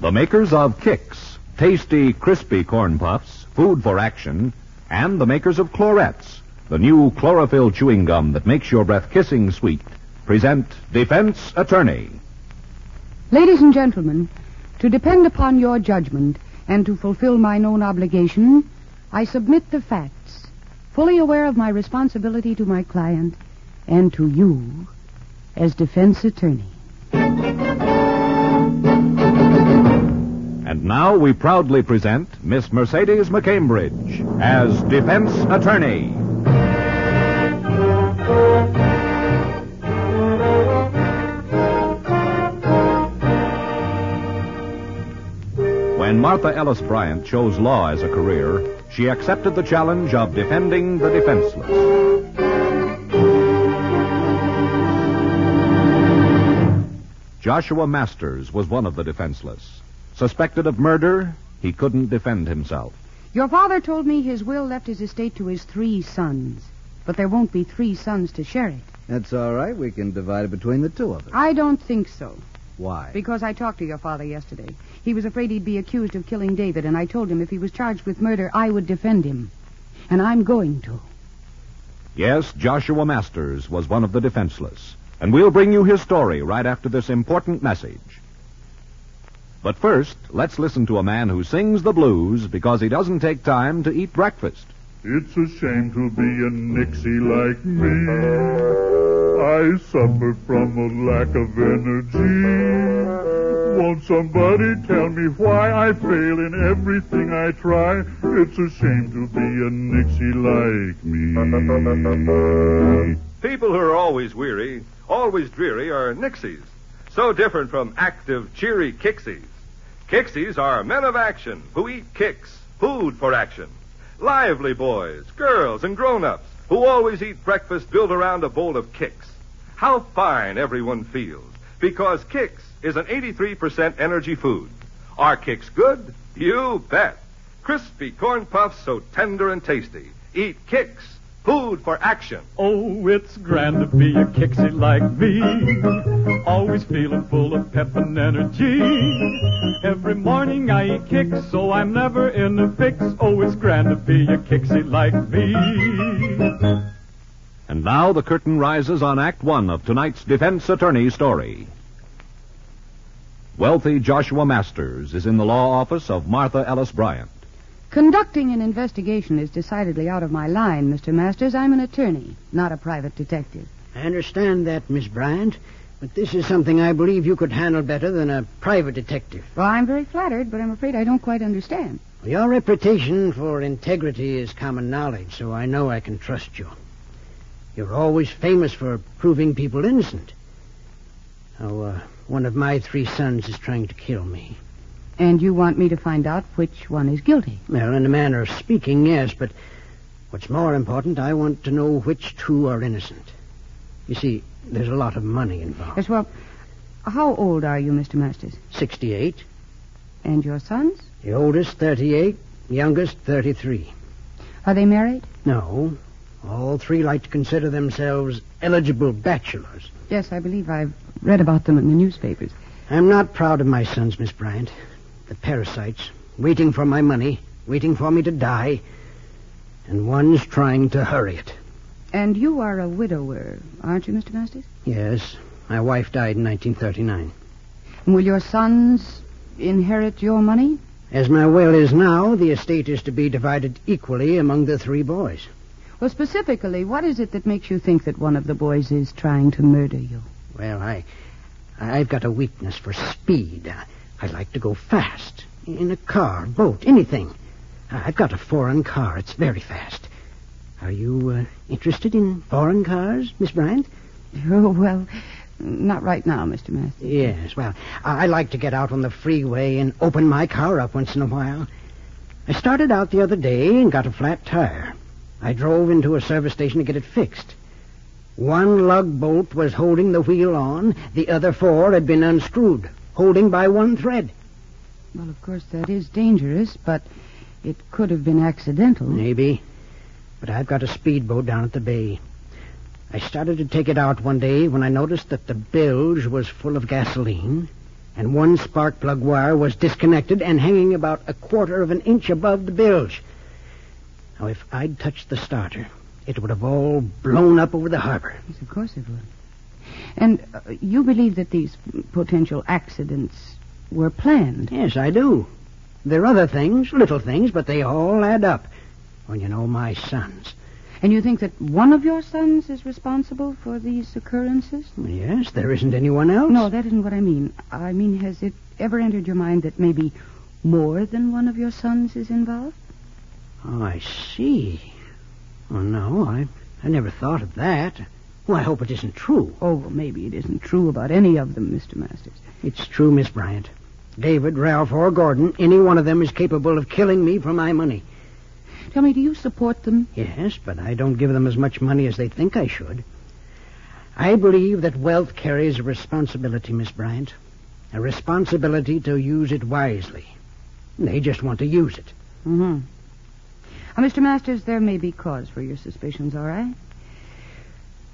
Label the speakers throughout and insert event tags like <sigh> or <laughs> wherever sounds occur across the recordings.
Speaker 1: The makers of Kicks, tasty, crispy corn puffs, food for action, and the makers of Clorettes, the new chlorophyll chewing gum that makes your breath kissing sweet, present Defense Attorney.
Speaker 2: Ladies and gentlemen, to depend upon your judgment and to fulfill mine own obligation, I submit the facts, fully aware of my responsibility to my client and to you as defense attorney.
Speaker 1: And now we proudly present Miss Mercedes McCambridge as Defense Attorney. When Martha Ellis Bryant chose law as a career, she accepted the challenge of defending the defenseless. Joshua Masters was one of the defenseless. Suspected of murder, he couldn't defend himself.
Speaker 2: Your father told me his will left his estate to his three sons, but there won't be three sons to share it.
Speaker 3: That's all right. We can divide it between the two of us.
Speaker 2: I don't think so,
Speaker 3: Why?
Speaker 2: because I talked to your father yesterday. He was afraid he'd be accused of killing David, and I told him if he was charged with murder, I would defend him. And I'm going to.
Speaker 1: Yes, Joshua Masters was one of the defenseless, and we'll bring you his story right after this important message. But first, let's listen to a man who sings the blues because he doesn't take time to eat breakfast.
Speaker 4: It's a shame to be a Nixie like me. I suffer from a lack of energy. Won't somebody tell me why I fail in everything I try? It's a shame to be a Nixie like me.
Speaker 5: People who are always weary, always dreary, are Nixies. So different from active, cheery Kixies. Kixies are men of action who eat kicks, food for action. Lively boys, girls, and grown-ups who always eat breakfast built around a bowl of kicks. How fine everyone feels because kicks is an 83% energy food. Are kicks good? You bet. Crispy corn puffs so tender and tasty. Eat kicks, food for action.
Speaker 6: Oh, it's grand to be a Kixie like me. Always feeling full of pep and energy. Every morning I eat kicks, so I'm never in a fix. Oh, it's grand to be a Kixie like me.
Speaker 1: And now the curtain rises on Act One of tonight's defense attorney story. Wealthy Joshua Masters is in the law office of Martha Ellis Bryant.
Speaker 2: Conducting an investigation is decidedly out of my line, Mr. Masters. I'm an attorney, not a private detective.
Speaker 7: I understand that, Miss Bryant, but this is something I believe you could handle better than a private detective.
Speaker 2: Well, I'm very flattered, but I'm afraid I don't quite understand.
Speaker 7: Your reputation for integrity is common knowledge, so I know I can trust you. You're always famous for proving people innocent. Now, uh, one of my three sons is trying to kill me.
Speaker 2: And you want me to find out which one is guilty.
Speaker 7: Well, in a manner of speaking, yes, but what's more important, I want to know which two are innocent. You see, there's a lot of money involved.
Speaker 2: Yes, well, how old are you, Mr. Masters?
Speaker 7: 68,
Speaker 2: And your sons?
Speaker 7: The oldest, 38. Youngest, 33.
Speaker 2: Are they married?
Speaker 7: No. All three like to consider themselves eligible bachelors.
Speaker 2: Yes, I believe I've read about them in the newspapers.
Speaker 7: I'm not proud of my sons, Miss Bryant. The parasites, waiting for my money, waiting for me to die. And one's trying to hurry it.
Speaker 2: And you are a widower, aren't you, Mr. Masters?
Speaker 7: Yes, my wife died in 1939.
Speaker 2: And will your sons inherit your money?
Speaker 7: As my will is now, the estate is to be divided equally among the three boys.
Speaker 2: Well, specifically, what is it that makes you think that one of the boys is trying to murder you?
Speaker 7: Well, I, I've got a weakness for speed. I, I like to go fast in a car, boat, anything. I- I've got a foreign car. It's very fast. Are you uh, interested in foreign cars, Miss Bryant?
Speaker 2: <laughs> Oh, well, not right now, Mr. Masters.
Speaker 7: Yes. Well, I, I like to get out on the freeway and open my car up once in a while. I started out the other day and got a flat tire. I drove into a service station to get it fixed. One lug bolt was holding the wheel on. The other four had been unscrewed, holding by one thread.
Speaker 2: Well, of course, that is dangerous, but it could have been accidental.
Speaker 7: Maybe. But I've got a speedboat down at the bay. I started to take it out one day when I noticed that the bilge was full of gasoline and one spark plug wire was disconnected and hanging about a quarter of an inch above the bilge. Now, if I'd touched the starter, it would have all blown up over the harbor.
Speaker 2: Yes, of course it would. And uh, you believe that these potential accidents were planned?
Speaker 7: Yes, I do. There are other things, little things, but they all add up. Well, you know, my sons.
Speaker 2: And you think that one of your sons is responsible for these occurrences?
Speaker 7: Yes, there isn't anyone else.
Speaker 2: No, that isn't what I mean. I mean, has it ever entered your mind that maybe more than one of your sons is involved?
Speaker 7: Oh, I see. Oh, no, I, I never thought of that. Well, I hope it isn't true.
Speaker 2: Oh, well, maybe it isn't true about any of them, Mr. Masters.
Speaker 7: It's true, Miss Bryant. David, Ralph, or Gordon, any one of them is capable of killing me for my money.
Speaker 2: Tell me, do you support them?
Speaker 7: Yes, but I don't give them as much money as they think I should. I believe that wealth carries a responsibility, Miss Bryant. A responsibility to use it wisely. They just want to use it.
Speaker 2: Mm-hmm. Now, Mr. Masters, there may be cause for your suspicions, all right?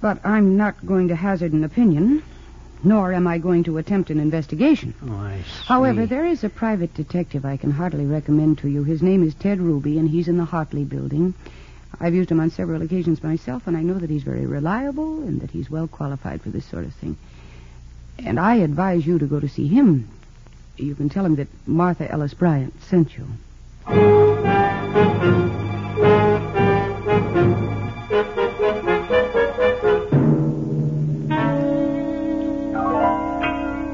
Speaker 2: But I'm not going to hazard an opinion, nor am I going to attempt an investigation.
Speaker 7: Oh, I see.
Speaker 2: However, there is a private detective I can heartily recommend to you. His name is Ted Ruby, and he's in the Hartley building. I've used him on several occasions myself, and I know that he's very reliable and that he's well qualified for this sort of thing. And I advise you to go to see him. You can tell him that Martha Ellis Bryant sent you.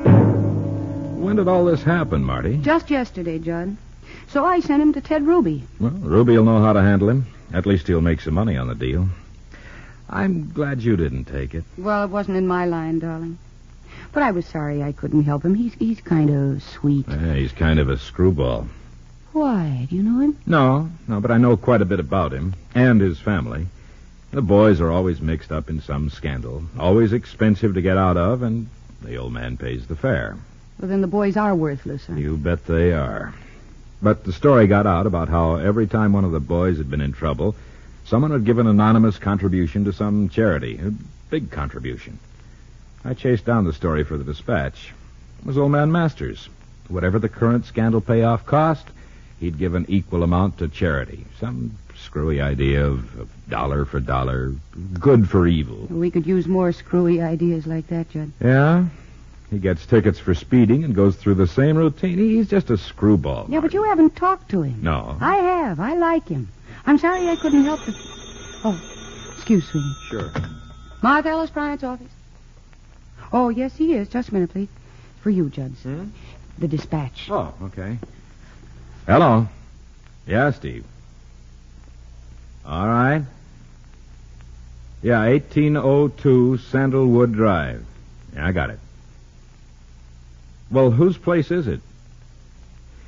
Speaker 1: When did all this happen, Marty?
Speaker 2: Just yesterday, Judd. So I sent him to Ted Ruby.
Speaker 1: Well, Ruby'll know how to handle him. At least he'll make some money on the deal. I'm glad you didn't take it.
Speaker 2: Well, it wasn't in my line, darling. But I was sorry I couldn't help him. He's he's kind of sweet.
Speaker 1: Yeah, he's kind of a screwball.
Speaker 2: Why? Do you know him?
Speaker 1: No, no, but I know quite a bit about him and his family. The boys are always mixed up in some scandal, always expensive to get out of, and the old man pays the fare.
Speaker 2: Well, then the boys are worthless. Huh?
Speaker 1: You bet they are. But the story got out about how every time one of the boys had been in trouble, someone had given anonymous contribution to some charity, a big contribution. I chased down the story for the dispatch. It was old man Masters. Whatever the current scandal payoff cost, he'd given equal amount to charity. Some screwy idea of, of dollar for dollar, good for evil.
Speaker 2: We could use more screwy ideas like that, Judd.
Speaker 1: Yeah? He gets tickets for speeding and goes through the same routine. He's just a screwball.
Speaker 2: Yeah, but you haven't talked to him.
Speaker 1: No.
Speaker 2: I have. I like him. I'm sorry I couldn't help it. Oh, excuse me.
Speaker 1: Sure.
Speaker 2: Martha Ellis Bryant's office. Oh, yes, he is. Just a minute, please. For you, Judge.
Speaker 1: Hmm?
Speaker 2: The dispatch.
Speaker 1: Oh, okay. Hello. Yeah, Steve. All right. Yeah, 1802 Sandalwood Drive. Yeah, I got it. Well, whose place is it?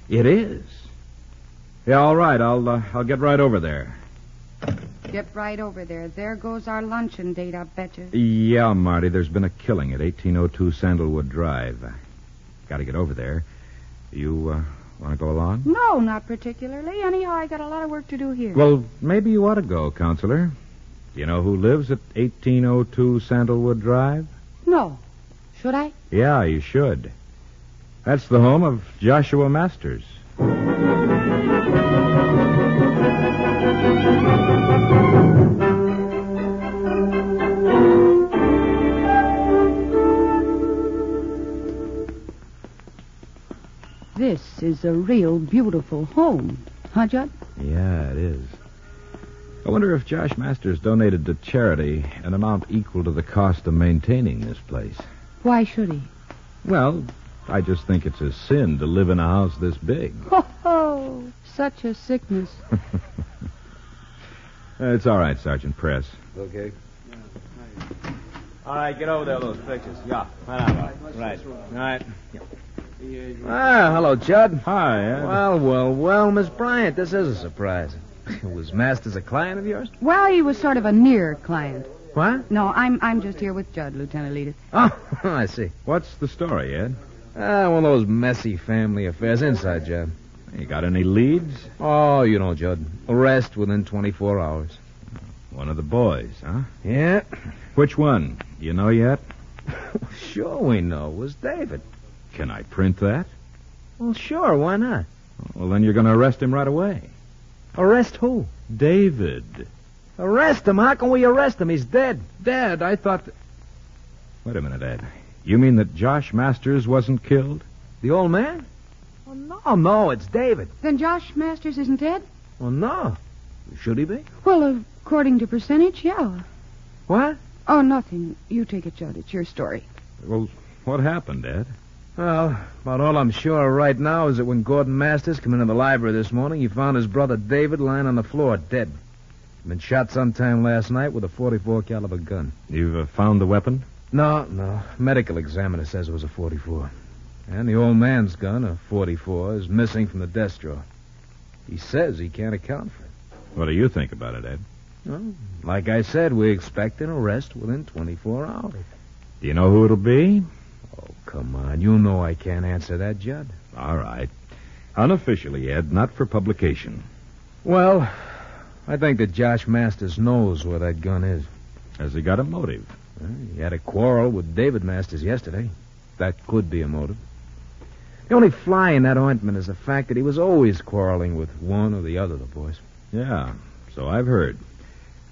Speaker 1: It is. Yeah, all right. I'll uh, I'll get right over there.
Speaker 2: Get right over there. There goes our luncheon date, I betcha.
Speaker 1: Yeah, Marty, there's been a killing at 1802 Sandalwood Drive. Got to get over there. You uh, want to go along?
Speaker 2: No, not particularly. Anyhow, I got a lot of work to do here.
Speaker 1: Well, maybe you ought to go, counselor. Do you know who lives at 1802 Sandalwood Drive?
Speaker 2: no. Should I?
Speaker 1: Yeah, you should. That's the home of Joshua Masters.
Speaker 2: This is a real beautiful home. Huh, Judd?
Speaker 1: Yeah, it is. I wonder if Josh Masters donated to charity an amount equal to the cost of maintaining this place.
Speaker 2: Why should he? <laughs>
Speaker 1: Well, I just think it's a sin to live in a house this big.
Speaker 2: Ho, ho! Such a sickness.
Speaker 1: Uh, it's all right, Sergeant Press.
Speaker 3: Okay.
Speaker 8: All right, get over there, those pictures. Yeah, right, on, right, right. All right. Ah, hello, Judd.
Speaker 1: Hi, Ed.
Speaker 8: Well, well, well, Miss Bryant, this is a surprise. <laughs> Was Masters a client of yours?
Speaker 2: well, he was sort of a near client.
Speaker 8: What?
Speaker 2: No, I'm I'm just here with Judd, Lieutenant Edith.
Speaker 8: Oh, <laughs> I see.
Speaker 1: What's the story, Ed?
Speaker 8: Ah, one of those messy family affairs inside job.
Speaker 1: You got any leads?
Speaker 8: Oh, you know, Judd. Arrest within 24 hours.
Speaker 1: One of the boys, huh?
Speaker 8: Yeah.
Speaker 1: Which one? Do you know yet?
Speaker 8: sure we know. It was David.
Speaker 1: Can I print that?
Speaker 8: Well, sure, why not?
Speaker 1: Well, then you're going to arrest him right away.
Speaker 8: Arrest who?
Speaker 1: David.
Speaker 8: Arrest him? How can we arrest him? He's dead.
Speaker 1: Dad, I thought. Th- Wait a minute, Ed. You mean that Josh Masters wasn't killed?
Speaker 8: The old man? Well, no, no, it's David.
Speaker 2: Then Josh Masters isn't dead?
Speaker 8: Well, no. Should he be?
Speaker 2: Well, according to percentage, yeah.
Speaker 8: What?
Speaker 2: Oh, nothing. You take it, Judd. It's your story.
Speaker 1: Well, what happened, Ed?
Speaker 8: Well, about all I'm sure of right now is that when Gordon Masters came into the library this morning, he found his brother David lying on the floor dead. He'd been shot sometime last night with a 44 caliber gun.
Speaker 1: You've uh, found the weapon?
Speaker 8: No, no. Medical examiner says it was a 44. And the old man's gun, a 44, is missing from the desk drawer. He says he can't account for it.
Speaker 1: What do you think about it, Ed?
Speaker 8: Well, like I said, we expect an arrest within 24 hours.
Speaker 1: Do you know who it'll be?
Speaker 8: Oh, come on. You know I can't answer that, Judd.
Speaker 1: All right. Unofficially, Ed, not for publication.
Speaker 8: Well, I think that Josh Masters knows where that gun is.
Speaker 1: Has he got a motive?
Speaker 8: Well, he had a quarrel with David Masters yesterday. That could be a motive. The only fly in that ointment is the fact that he was always quarreling with one or the other of the boys.
Speaker 1: Yeah, so I've heard.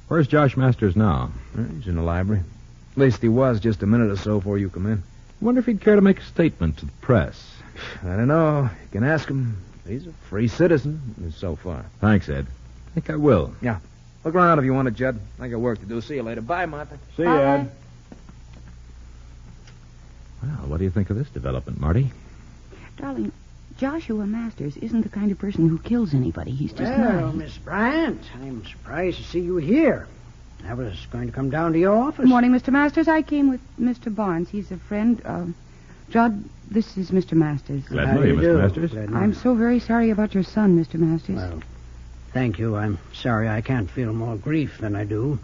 Speaker 1: Where's Josh Masters now?
Speaker 8: Uh, He's in the library. At least he was just a minute or so before you come in.
Speaker 1: Wonder if he'd care to make a statement to the press.
Speaker 8: I don't know. You can ask him. He's a free citizen so far.
Speaker 1: Thanks, Ed. I think I will.
Speaker 8: Look around if you want to, Judd. I got work to do. See you later. Bye, Martha.
Speaker 1: See
Speaker 2: Bye. Ed.
Speaker 1: Well, what do you think of this development, Marty?
Speaker 2: Darling, Joshua Masters isn't the kind of person who kills anybody. He's just
Speaker 7: Well,
Speaker 2: nice.
Speaker 7: Miss Bryant, I'm surprised to see you here. I was going to come down to your office.
Speaker 2: Good morning, Mr. Masters. I came with Mr. Barnes. He's a friend. Uh, Judd, this is Mr. Masters.
Speaker 1: Glad to
Speaker 7: How
Speaker 1: know
Speaker 7: do
Speaker 1: you,
Speaker 7: you
Speaker 1: Mr.
Speaker 7: do?
Speaker 1: Masters.
Speaker 7: Glad to know
Speaker 2: I'm
Speaker 7: you.
Speaker 2: so very sorry about your son, Mr. Masters.
Speaker 7: Well, thank you. I'm sorry I can't feel more grief than I do.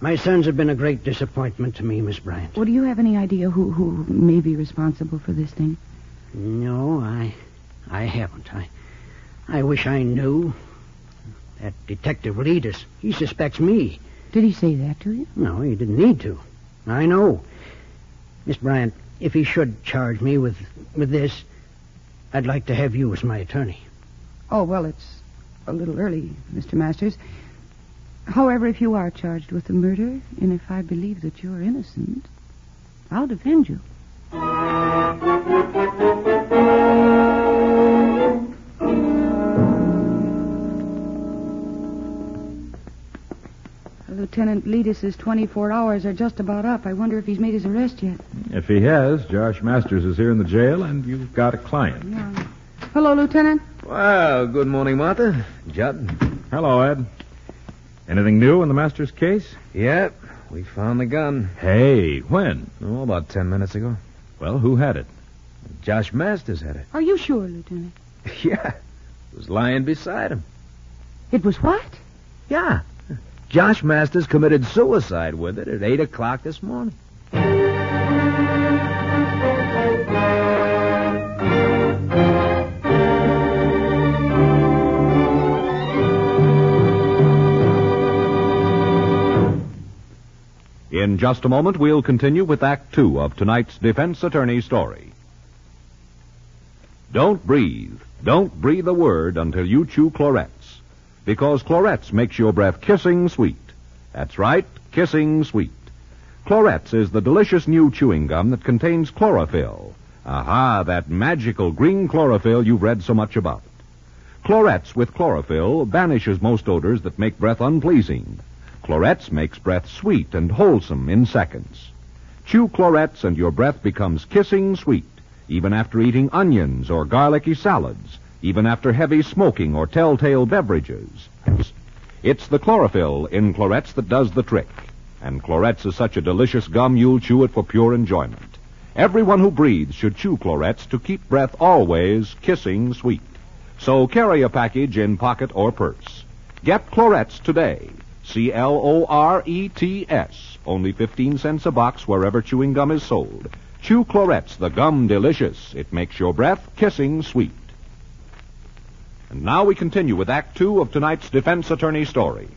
Speaker 7: My sons have been a great disappointment to me, Miss Bryant.
Speaker 2: well, do you have any idea who, who may be responsible for this thing?
Speaker 7: No, I, I haven't. I, I wish I knew. That detective Leadus, he suspects me.
Speaker 2: Did he say that to you?
Speaker 7: No, he didn't need to. I know. Miss Bryant, if he should charge me with with this, I'd like to have you as my attorney.
Speaker 2: Oh, well, it's a little early, Mr. Masters. However, if you are charged with the murder, and if I believe that you're innocent, I'll defend you. Lieutenant Leedus's 24 hours are just about up. I wonder if he's made his arrest yet.
Speaker 1: If he has, Josh Masters is here in the jail, and you've got a client.
Speaker 2: Hello, Lieutenant.
Speaker 8: Well, good morning, Martha. Judd.
Speaker 1: Hello, Ed. Anything new in the Masters case?
Speaker 8: Yep, we found the gun.
Speaker 1: Hey, when?
Speaker 8: Oh, about ten minutes ago.
Speaker 1: Well, who had it?
Speaker 8: Josh Masters had it. <laughs>
Speaker 2: Are you sure, Lieutenant?
Speaker 8: Yeah, was lying beside him.
Speaker 2: It was what?
Speaker 8: Yeah. Josh Masters committed suicide with it at 8 o'clock this morning.
Speaker 1: In just a moment, we'll continue with Act Two of tonight's defense attorney story. Don't breathe. Don't breathe a word until you chew Clorets, because Clorets makes your breath kissing sweet. That's right, kissing sweet. Clorets is the delicious new chewing gum that contains chlorophyll. Aha, that magical green chlorophyll you've read so much about. Clorets with chlorophyll banishes most odors that make breath unpleasing. Clorets makes breath sweet and wholesome in seconds. Chew Clorets and your breath becomes kissing sweet, even after eating onions or garlicky salads, even after heavy smoking or telltale beverages. It's the chlorophyll in Clorets that does the trick. And Clorets is such a delicious gum you'll chew it for pure enjoyment. Everyone who breathes should chew Clorets to keep breath always kissing sweet. So carry a package in pocket or purse. Get Clorets today. C L O R E T S. Only 15 cents a box wherever chewing gum is sold. Chew Clorets, the gum delicious. It makes your breath kissing sweet. And now we continue with Act Two of tonight's defense attorney story.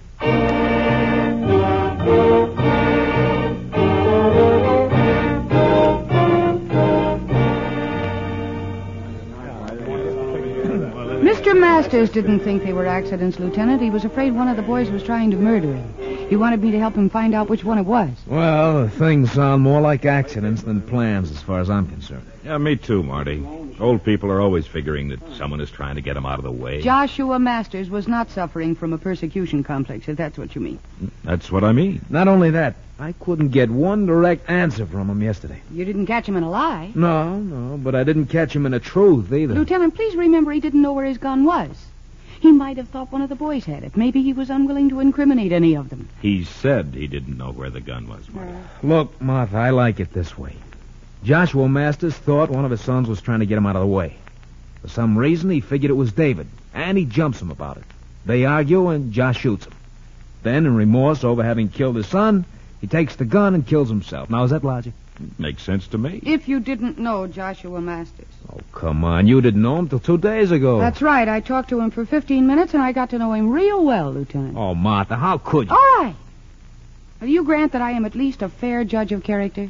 Speaker 2: Mr. Masters didn't think they were accidents, Lieutenant. He was afraid one of the boys was trying to murder him. He wanted me to help him find out which one it was.
Speaker 1: Well, the things sound more like accidents than plans, as far as I'm concerned.
Speaker 5: Yeah, me too, Marty. Old people are always figuring that someone is trying to get them out of the way.
Speaker 2: Joshua Masters was not suffering from a persecution complex, if that's what you mean.
Speaker 5: That's what I mean.
Speaker 1: Not only that, I couldn't get one direct answer from him yesterday.
Speaker 2: You didn't catch him in a lie.
Speaker 1: No, no, but I didn't catch him in a truth either.
Speaker 2: Lieutenant, please remember he didn't know where his gun was. He might have thought one of the boys had it. Maybe he was unwilling to incriminate any of them.
Speaker 5: He said he didn't know where the gun was. Marty.
Speaker 1: Look, Martha, I like it this way. Joshua Masters thought one of his sons was trying to get him out of the way. For some reason, he figured it was David, and he jumps him about it. They argue, and Josh shoots him. Then, in remorse over having killed his son, he takes the gun and kills himself. Now, is that logic?
Speaker 5: Makes sense to me.
Speaker 2: If you didn't know Joshua Masters.
Speaker 1: Oh, come on. You didn't know him till two days ago.
Speaker 2: That's right. I talked to him for 15 minutes, and I got to know him real well, Lieutenant.
Speaker 1: Oh, Martha, how could
Speaker 2: All
Speaker 1: you?
Speaker 2: right. Will you grant that I am at least a fair judge of character?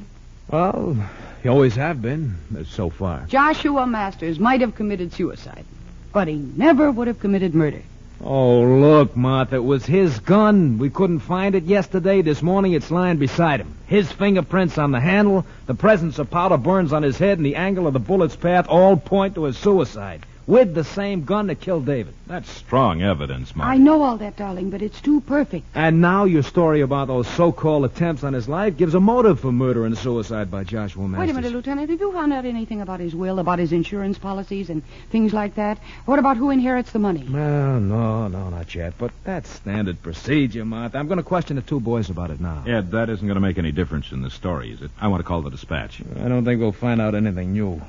Speaker 1: Well, you always have been, uh, so far.
Speaker 2: Joshua Masters might have committed suicide, but he never would have committed murder.
Speaker 1: Oh, look, Martha, it was his gun. We couldn't find it yesterday. This morning it's lying beside him. His fingerprints on the handle, the presence of powder burns on his head, and the angle of the bullet's path all point to his suicide. With the same gun that killed David.
Speaker 5: That's strong evidence,
Speaker 2: I
Speaker 5: Marty.
Speaker 2: know all that, darling, but it's too perfect.
Speaker 1: And now your story about those so-called attempts on his life gives a motive for murder and suicide by Joshua Masters.
Speaker 2: Wait a minute, Lieutenant. Have you found out anything about his will, about his insurance policies and things like that? What about who inherits the money?
Speaker 1: No, no, no, not yet. But that's standard procedure, Martha. I'm going to question the two boys about it now.
Speaker 5: Ed, that isn't going to make any difference in the story, is it? I want to call the dispatch.
Speaker 1: I don't think we'll find out anything new.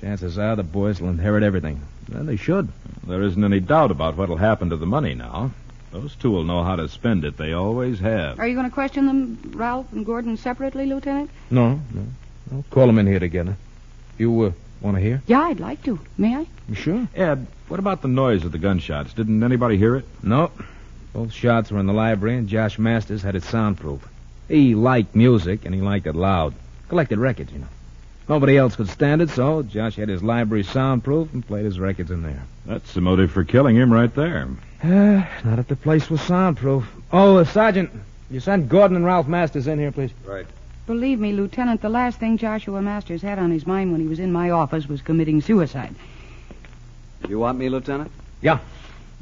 Speaker 1: Chances are the boys will inherit everything. And they should.
Speaker 5: There isn't any doubt about what'll happen to the money now. Those two will know how to spend it. They always have.
Speaker 2: Are you going to question them, Ralph and Gordon, separately, Lieutenant?
Speaker 1: No, no. I'll call them in here together. You uh, want to hear?
Speaker 2: Yeah, I'd like to. May I?
Speaker 1: You sure?
Speaker 5: Ed, what about the noise of the gunshots? Didn't anybody hear it?
Speaker 1: No. Both shots were in the library, and Josh Masters had it soundproof. He liked music, and he liked it loud. Collected records, you know. Nobody else could stand it, so Josh had his library soundproof and played his records in there.
Speaker 5: That's the motive for killing him right there.
Speaker 1: Uh, not if the place was soundproof. Oh, uh, Sergeant, you send Gordon and Ralph Masters in here, please.
Speaker 2: Believe me, Lieutenant, the last thing Joshua Masters had on his mind when he was in my office was committing suicide.
Speaker 3: You want me, Lieutenant?
Speaker 1: Yeah,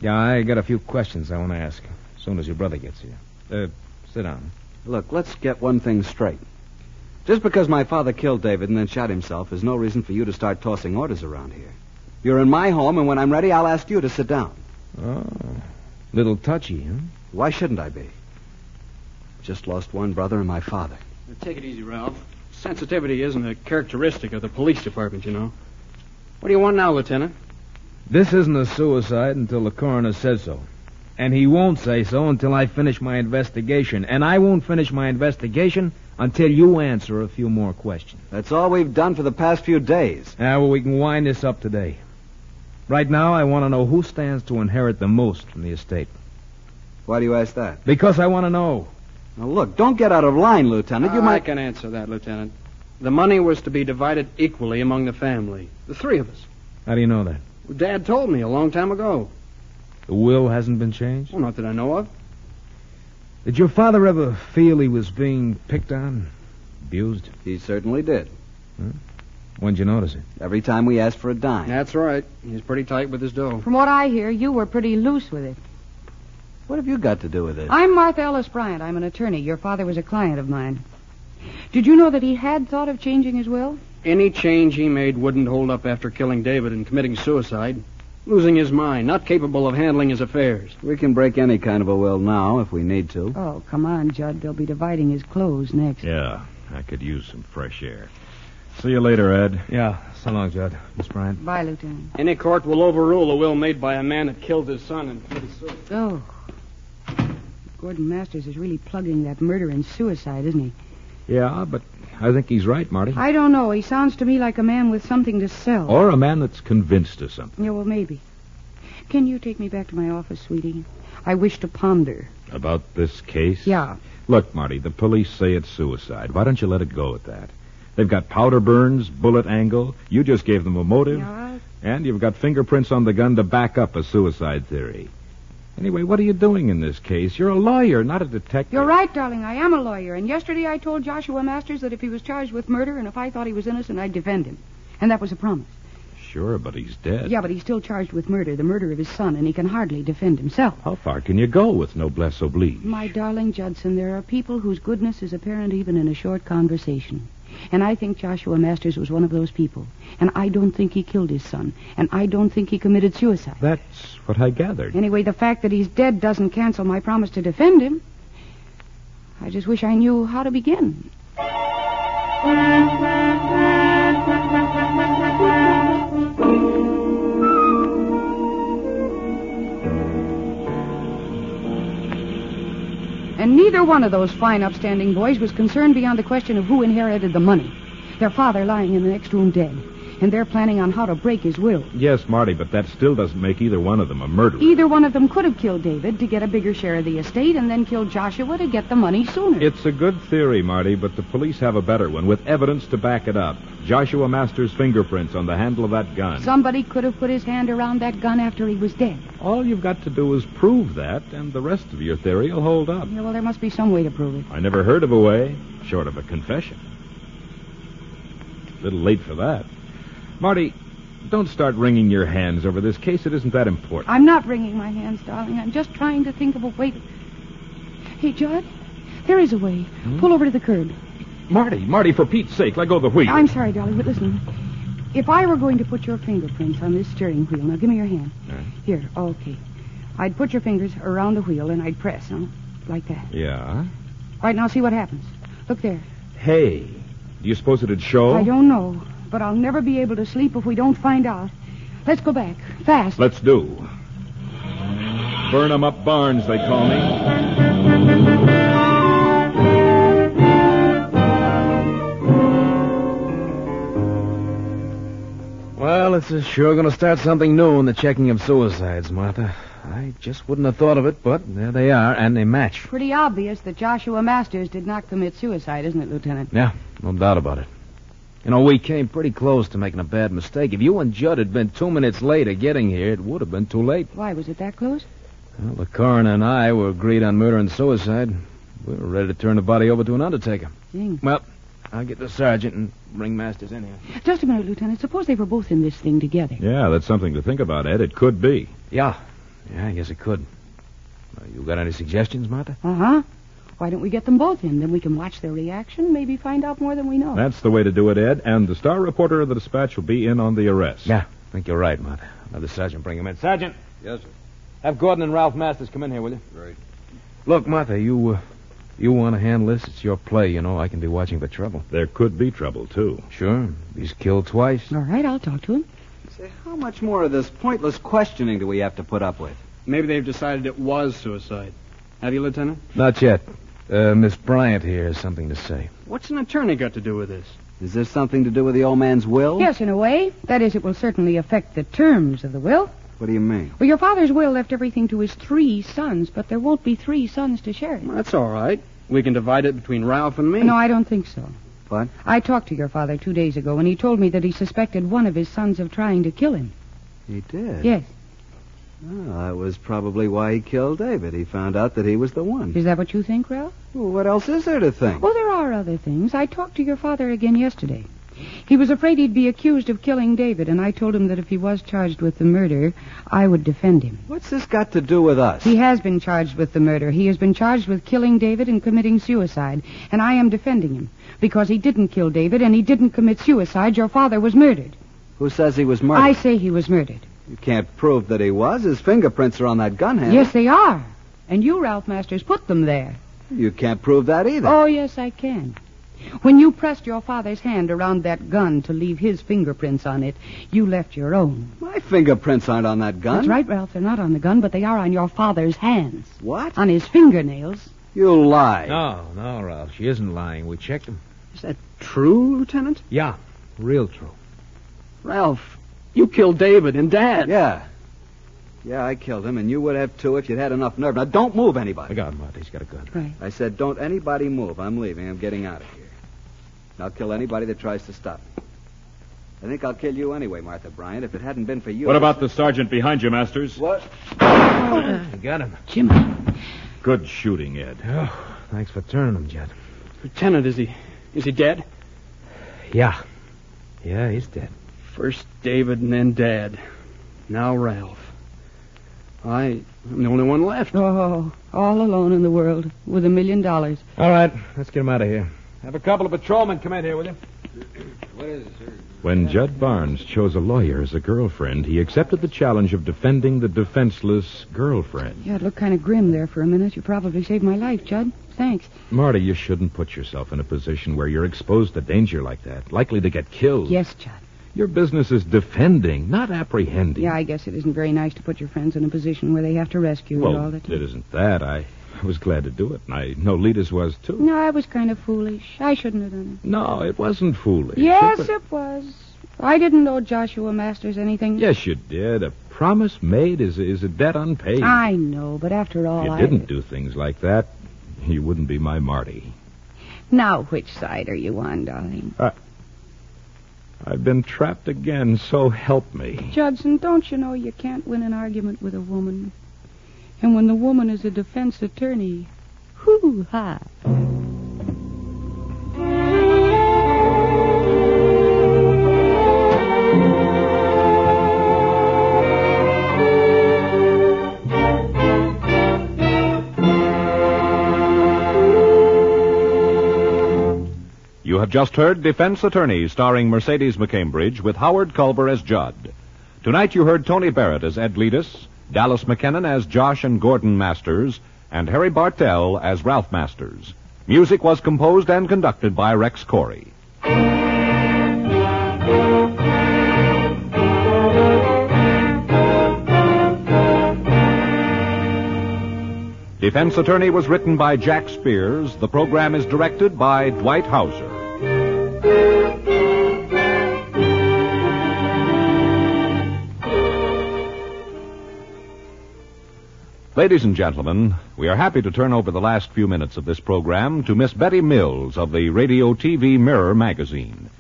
Speaker 1: I got a few questions I want to ask as soon as your brother gets here. Uh, sit down.
Speaker 3: Look, let's get one thing straight. Just because my father killed David and then shot himself is no reason for you to start tossing orders around here. You're in my home, and when I'm ready, I'll ask you to sit down.
Speaker 1: Oh, little touchy, huh?
Speaker 3: Why shouldn't I be? Just lost one brother and my father.
Speaker 7: Take it easy, Ralph. Sensitivity isn't a characteristic of the police department, you know. What do you want now, Lieutenant?
Speaker 1: This isn't a suicide until the coroner says so. And he won't say so until I finish my investigation. And I won't finish my investigation until you answer a few more questions.
Speaker 3: That's all we've done for the past few days.
Speaker 1: Ah, well, we can wind this up today. Right now, I want to know who stands to inherit the most from the estate.
Speaker 3: Why do you ask that?
Speaker 1: Because I want to know.
Speaker 3: Now, look, don't get out of line, Lieutenant. You
Speaker 7: Uh, I
Speaker 3: might.
Speaker 7: can answer that, Lieutenant. The money was to be divided equally among the family, the three of us.
Speaker 1: How do you know that?
Speaker 7: Dad told me a long time ago.
Speaker 1: The will hasn't been changed?
Speaker 7: Well, not that I know of.
Speaker 1: Did your father ever feel he was being picked on, abused?
Speaker 3: He certainly did.
Speaker 1: When'd you notice it?
Speaker 3: Every time we asked for a dime.
Speaker 7: That's right. He's pretty tight with his dough.
Speaker 2: From what I hear, you were pretty loose with it.
Speaker 3: What have you got to do with it?
Speaker 2: I'm Martha Ellis Bryant. I'm an attorney. Your father was a client of mine. Did you know that he had thought of changing his will?
Speaker 7: Any change he made wouldn't hold up after killing David and committing suicide. Losing his mind, not capable of handling his affairs.
Speaker 3: We can break any kind of a will now if we need to.
Speaker 2: Oh, come on, Judd. They'll be dividing his clothes next.
Speaker 5: Yeah, I could use some fresh air. See you later, Ed.
Speaker 1: Yeah, so long, Judd. Miss Bryant.
Speaker 2: Bye, Lieutenant.
Speaker 7: Any court will overrule a will made by a man that killed his son and committed suicide.
Speaker 2: Oh. Gordon Masters is really plugging that murder and suicide, isn't he?
Speaker 5: Yeah, but I think he's right, Marty.
Speaker 2: I don't know. He sounds to me like a man with something to sell.
Speaker 5: Or a man that's convinced of something.
Speaker 2: Yeah, well, maybe. Can you take me back to my office, sweetie? I wish to ponder.
Speaker 5: About this case?
Speaker 2: Yeah.
Speaker 5: Look, Marty, the police say it's suicide. Why don't you let it go at that? They've got powder burns, bullet angle. You just gave them a motive. And you've got fingerprints on the gun to back up a suicide theory. Anyway, what are you doing in this case? You're a lawyer, not a detective.
Speaker 2: You're right, darling. I am a lawyer. And yesterday I told Joshua Masters that if he was charged with murder and if I thought he was innocent, I'd defend him. And that was a promise.
Speaker 5: Sure, but he's dead.
Speaker 2: Yeah, but he's still charged with murder, the murder of his son, and he can hardly defend himself.
Speaker 5: How far can you go with noblesse oblige?
Speaker 2: My darling Judson, there are people whose goodness is apparent even in a short conversation. And I think Joshua Masters was one of those people. And I don't think he killed his son. And I don't think he committed suicide.
Speaker 5: That's what I gathered.
Speaker 2: Anyway, the fact that he's dead doesn't cancel my promise to defend him. I just wish I knew how to begin. And neither one of those fine, upstanding boys was concerned beyond the question of who inherited the money. Their father lying in the next room dead. And they're planning on how to break his will.
Speaker 5: Yes, Marty, but that still doesn't make either one of them a murderer.
Speaker 2: Either one of them could have killed David to get a bigger share of the estate and then killed Joshua to get the money sooner.
Speaker 5: It's a good theory, Marty, but the police have a better one with evidence to back it up. Joshua Masters' fingerprints on the handle of that gun.
Speaker 2: Somebody could have put his hand around that gun after he was dead.
Speaker 5: All you've got to do is prove that, and the rest of your theory will hold up.
Speaker 2: Yeah, well, there must be some way to prove it.
Speaker 5: I never heard of a way, short of a confession. A little late for that. Marty, don't start wringing your hands over this case. It isn't that important.
Speaker 2: I'm not wringing my hands, darling. I'm just trying to think of a way to. Hey, Judd, there is a way. Pull over to the curb.
Speaker 5: Marty, Marty, for Pete's sake, let go of the wheel.
Speaker 2: I'm sorry, darling, but listen. If I were going to put your fingerprints on this steering wheel, now give me your hand. Here, okay. I'd put your fingers around the wheel and I'd press, huh? Like that.
Speaker 5: Yeah.
Speaker 2: Right now, see what happens. Look there.
Speaker 5: Hey, do you suppose it'd
Speaker 1: Oh?
Speaker 5: show?
Speaker 2: I don't know, but I'll never be able to sleep if we don't find out. Let's go back. Fast.
Speaker 5: Let's do. Burn 'em up Barnes, they call me.
Speaker 1: Well, it's uh, sure going to start something new in the checking of suicides, Martha. I just wouldn't have thought of it, but there they are, and they match.
Speaker 2: Pretty obvious that Joshua Masters did not commit suicide, isn't it, Lieutenant?
Speaker 1: Yeah, no doubt about it. You know, we came pretty close to making a bad mistake. If you and Judd had been two minutes later getting here, it would have been too late.
Speaker 2: Why, was it that close?
Speaker 1: Well, the coroner and I were agreed on murder and suicide. We were ready to turn the body over to an undertaker.
Speaker 2: Ding.
Speaker 1: Well, I'll get the sergeant and bring Masters in here.
Speaker 2: Just a minute, Lieutenant. Suppose they were both in this thing together.
Speaker 5: Yeah, that's something to think about, Ed. It could be.
Speaker 1: Yeah. Yeah, I guess it could. Uh, you got any suggestions, Martha?
Speaker 2: Uh huh. Why don't we get them both in? Then we can watch their reaction, maybe find out more than we know.
Speaker 5: That's the way to do it, Ed. And the star reporter of the dispatch will be in on the arrest.
Speaker 1: Yeah. I think you're right, Martha. Now the sergeant bring him in. Sergeant,
Speaker 3: Yes, sir.
Speaker 1: have Gordon and Ralph Masters come in here, will you?
Speaker 3: Right.
Speaker 1: Look, Martha, you uh, you want to handle this? It's your play, you know. I can be watching for trouble.
Speaker 5: There could be trouble, too.
Speaker 1: Sure. He's killed twice.
Speaker 2: All right, I'll talk to him.
Speaker 3: Say, how much more of this pointless questioning do we have to put up with?
Speaker 7: Maybe they've decided it was suicide. Have you, Lieutenant?
Speaker 1: Not yet. Uh, Miss Bryant here has something to say.
Speaker 7: What's an attorney got to do with this?
Speaker 3: Is this something to do with the old man's will?
Speaker 2: Yes, in a way. That is, it will certainly affect the terms of the will.
Speaker 3: What do you mean?
Speaker 2: Well, your father's will left everything to his three sons, but there won't be three sons to share it.
Speaker 7: Well, that's all right. We can divide it between Ralph and me.
Speaker 2: No, I don't think so.
Speaker 3: What?
Speaker 2: I talked to your father two days ago, and he told me that he suspected one of his sons of trying to kill him.
Speaker 3: He did.
Speaker 2: Yes.
Speaker 3: Oh, that was probably why he killed David. He found out that he was the one.
Speaker 2: Is that what you think, Ralph?
Speaker 3: Well, what else is there to think?
Speaker 2: Well, there are other things. I talked to your father again yesterday. He was afraid he'd be accused of killing David, and I told him that if he was charged with the murder, I would defend him.
Speaker 3: What's this got to do with us?
Speaker 2: He has been charged with the murder. He has been charged with killing David and committing suicide, and I am defending him because he didn't kill David and he didn't commit suicide. Your father was murdered.
Speaker 3: Who says he was murdered?
Speaker 2: I say he was murdered.
Speaker 3: You can't prove that he was. His fingerprints are on that gun handle.
Speaker 2: Yes, they are. And you, Ralph Masters, put them there.
Speaker 3: You can't prove that either.
Speaker 2: Oh, yes, I can. When you pressed your father's hand around that gun to leave his fingerprints on it, you left your own.
Speaker 3: My fingerprints aren't on that gun.
Speaker 2: That's right, Ralph. They're not on the gun, but they are on your father's hands,
Speaker 3: What?
Speaker 2: on his fingernails.
Speaker 3: You lie.
Speaker 1: No, no, Ralph. She isn't lying. We checked him.
Speaker 7: Is that true, Lieutenant?
Speaker 1: Yeah, real true.
Speaker 7: Ralph, you killed David and Dad.
Speaker 3: Yeah. Yeah, I killed him, and you would have too if you'd had enough nerve. Now, don't move anybody.
Speaker 1: I got him, Marty. He's got a gun.
Speaker 2: Right.
Speaker 3: I said, don't anybody move. I'm leaving. I'm getting out of here. I'll kill anybody that tries to stop me. I think I'll kill you anyway, Martha Bryant, if it hadn't been for you.
Speaker 9: What about the sergeant behind you, Masters?
Speaker 3: What?
Speaker 8: I got him.
Speaker 7: Jimmy.
Speaker 9: Good shooting, Ed.
Speaker 8: Oh, thanks for turning him, Jud.
Speaker 10: Lieutenant, is he is he dead?
Speaker 8: Yeah. Yeah, he's dead.
Speaker 10: First David and then Dad. Now Ralph. I I'm the only one left.
Speaker 2: Oh, all alone in the world with a million dollars.
Speaker 8: All right, let's get him out of here. Have a couple of patrolmen come in here, will you?
Speaker 9: When Judd Barnes chose a lawyer as a girlfriend, he accepted the challenge of defending the defenseless girlfriend.
Speaker 2: Yeah, it looked kind of grim there for a minute. You probably saved my life, Judd. Thanks.
Speaker 9: Marty, you shouldn't put yourself in a position where you're exposed to danger like that, likely to get killed.
Speaker 2: Yes, Judd.
Speaker 9: Your business is defending, not apprehending.
Speaker 2: Yeah, I guess it isn't very nice to put your friends in a position where they have to rescue
Speaker 9: well,
Speaker 2: you all the time.
Speaker 9: it isn't that. I, I was glad to do it, and I know Lita's was too.
Speaker 2: No, I was kind of foolish. I shouldn't have done
Speaker 9: No, it wasn't foolish.
Speaker 2: it. Yes,
Speaker 9: It wa-
Speaker 2: it was. I didn't know Joshua Masters anything.
Speaker 9: Yes, you did. A promise made is, is a debt unpaid.
Speaker 2: I know, but after all,
Speaker 9: you
Speaker 2: I
Speaker 9: didn't do things like that. You wouldn't be my Marty.
Speaker 2: Now, which side are you on, darling?
Speaker 9: I've been trapped again, so help me.
Speaker 2: Judson, don't you know you can't win an argument with a woman? And when the woman is a defense attorney, hoo ha.
Speaker 1: You have just heard Defense Attorney starring Mercedes McCambridge with Howard Culver as Judd. Tonight you heard Tony Barrett as Ed Leadus, Dallas McKinnon as Josh and Gordon Masters, and Harry Bartell as Ralph Masters. Music was composed and conducted by Rex Corey. Defense Attorney was written by Jack Spears. The program is directed by Dwight Hauser. Ladies and gentlemen, we are happy to turn over the last few minutes of this program to Miss Betty Mills of the Radio TV Mirror magazine.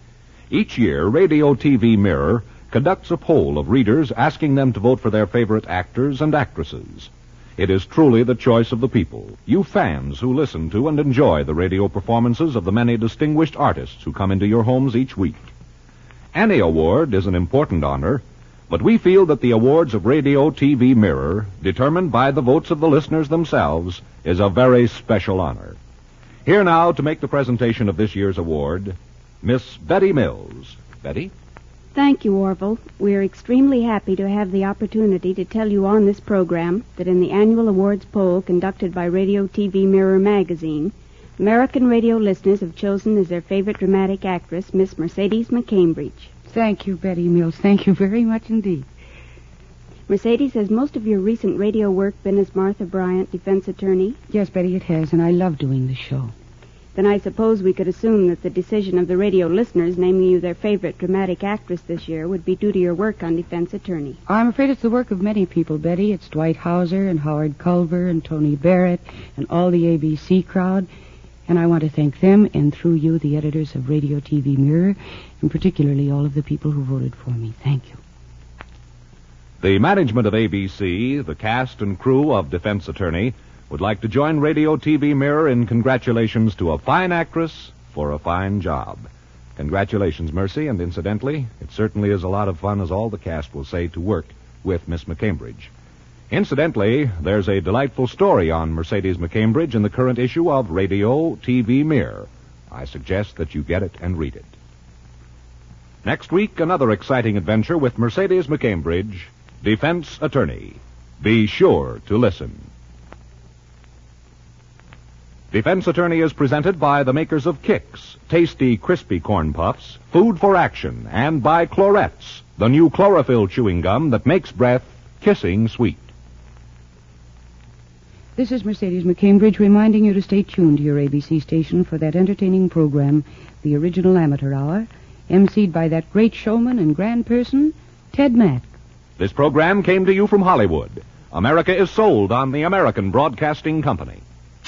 Speaker 1: Each year, Radio TV Mirror conducts a poll of readers asking them to vote for their favorite actors and actresses. It is truly the choice of the people, you fans who listen to and enjoy the radio performances of the many distinguished artists who come into your homes each week. Any award is an important honor, but we feel that the awards of Radio TV Mirror, determined by the votes of the listeners themselves, is a very special honor. Here now to make the presentation of this year's award, Miss Betty Mills. Betty?
Speaker 11: Thank you, Orville. We're extremely happy to have the opportunity to tell you on this program that in the annual awards poll conducted by Radio TV Mirror magazine, American radio listeners have chosen as their favorite dramatic actress Miss Mercedes McCambridge.
Speaker 2: Thank you, Betty Mills. Thank you very much indeed.
Speaker 11: Mercedes, has most of your recent radio work been as Martha Bryant, defense attorney?
Speaker 2: Yes, Betty, it has, and I love doing the show.
Speaker 11: Then I suppose we could assume that the decision of the radio listeners naming you their favorite dramatic actress this year would be due to your work on defense attorney.
Speaker 2: I'm afraid it's the work of many people, Betty. It's Dwight Hauser and Howard Culver and Tony Barrett and all the ABC crowd. And I want to thank them and through you, the editors of Radio TV Mirror, and particularly all of the people who voted for me. Thank you.
Speaker 1: The management of ABC, the cast and crew of Defense Attorney, would like to join Radio TV Mirror in congratulations to a fine actress for a fine job. Congratulations, Mercy, and incidentally, it certainly is a lot of fun, as all the cast will say, to work with Miss McCambridge. Incidentally, there's a delightful story on Mercedes McCambridge in the current issue of Radio TV Mirror. I suggest that you get it and read it. Next week, another exciting adventure with Mercedes McCambridge, defense attorney. Be sure to listen. Defense Attorney is presented by the makers of Kicks, tasty, crispy corn puffs, food for action, and by Clorettes, the new chlorophyll chewing gum that makes breath kissing sweet.
Speaker 2: This is Mercedes McCambridge reminding you to stay tuned to your ABC station for that entertaining program, The Original Amateur Hour, emceed by that great showman and grand person, Ted Mack.
Speaker 1: This program came to you from Hollywood. America is sold on the American Broadcasting Company.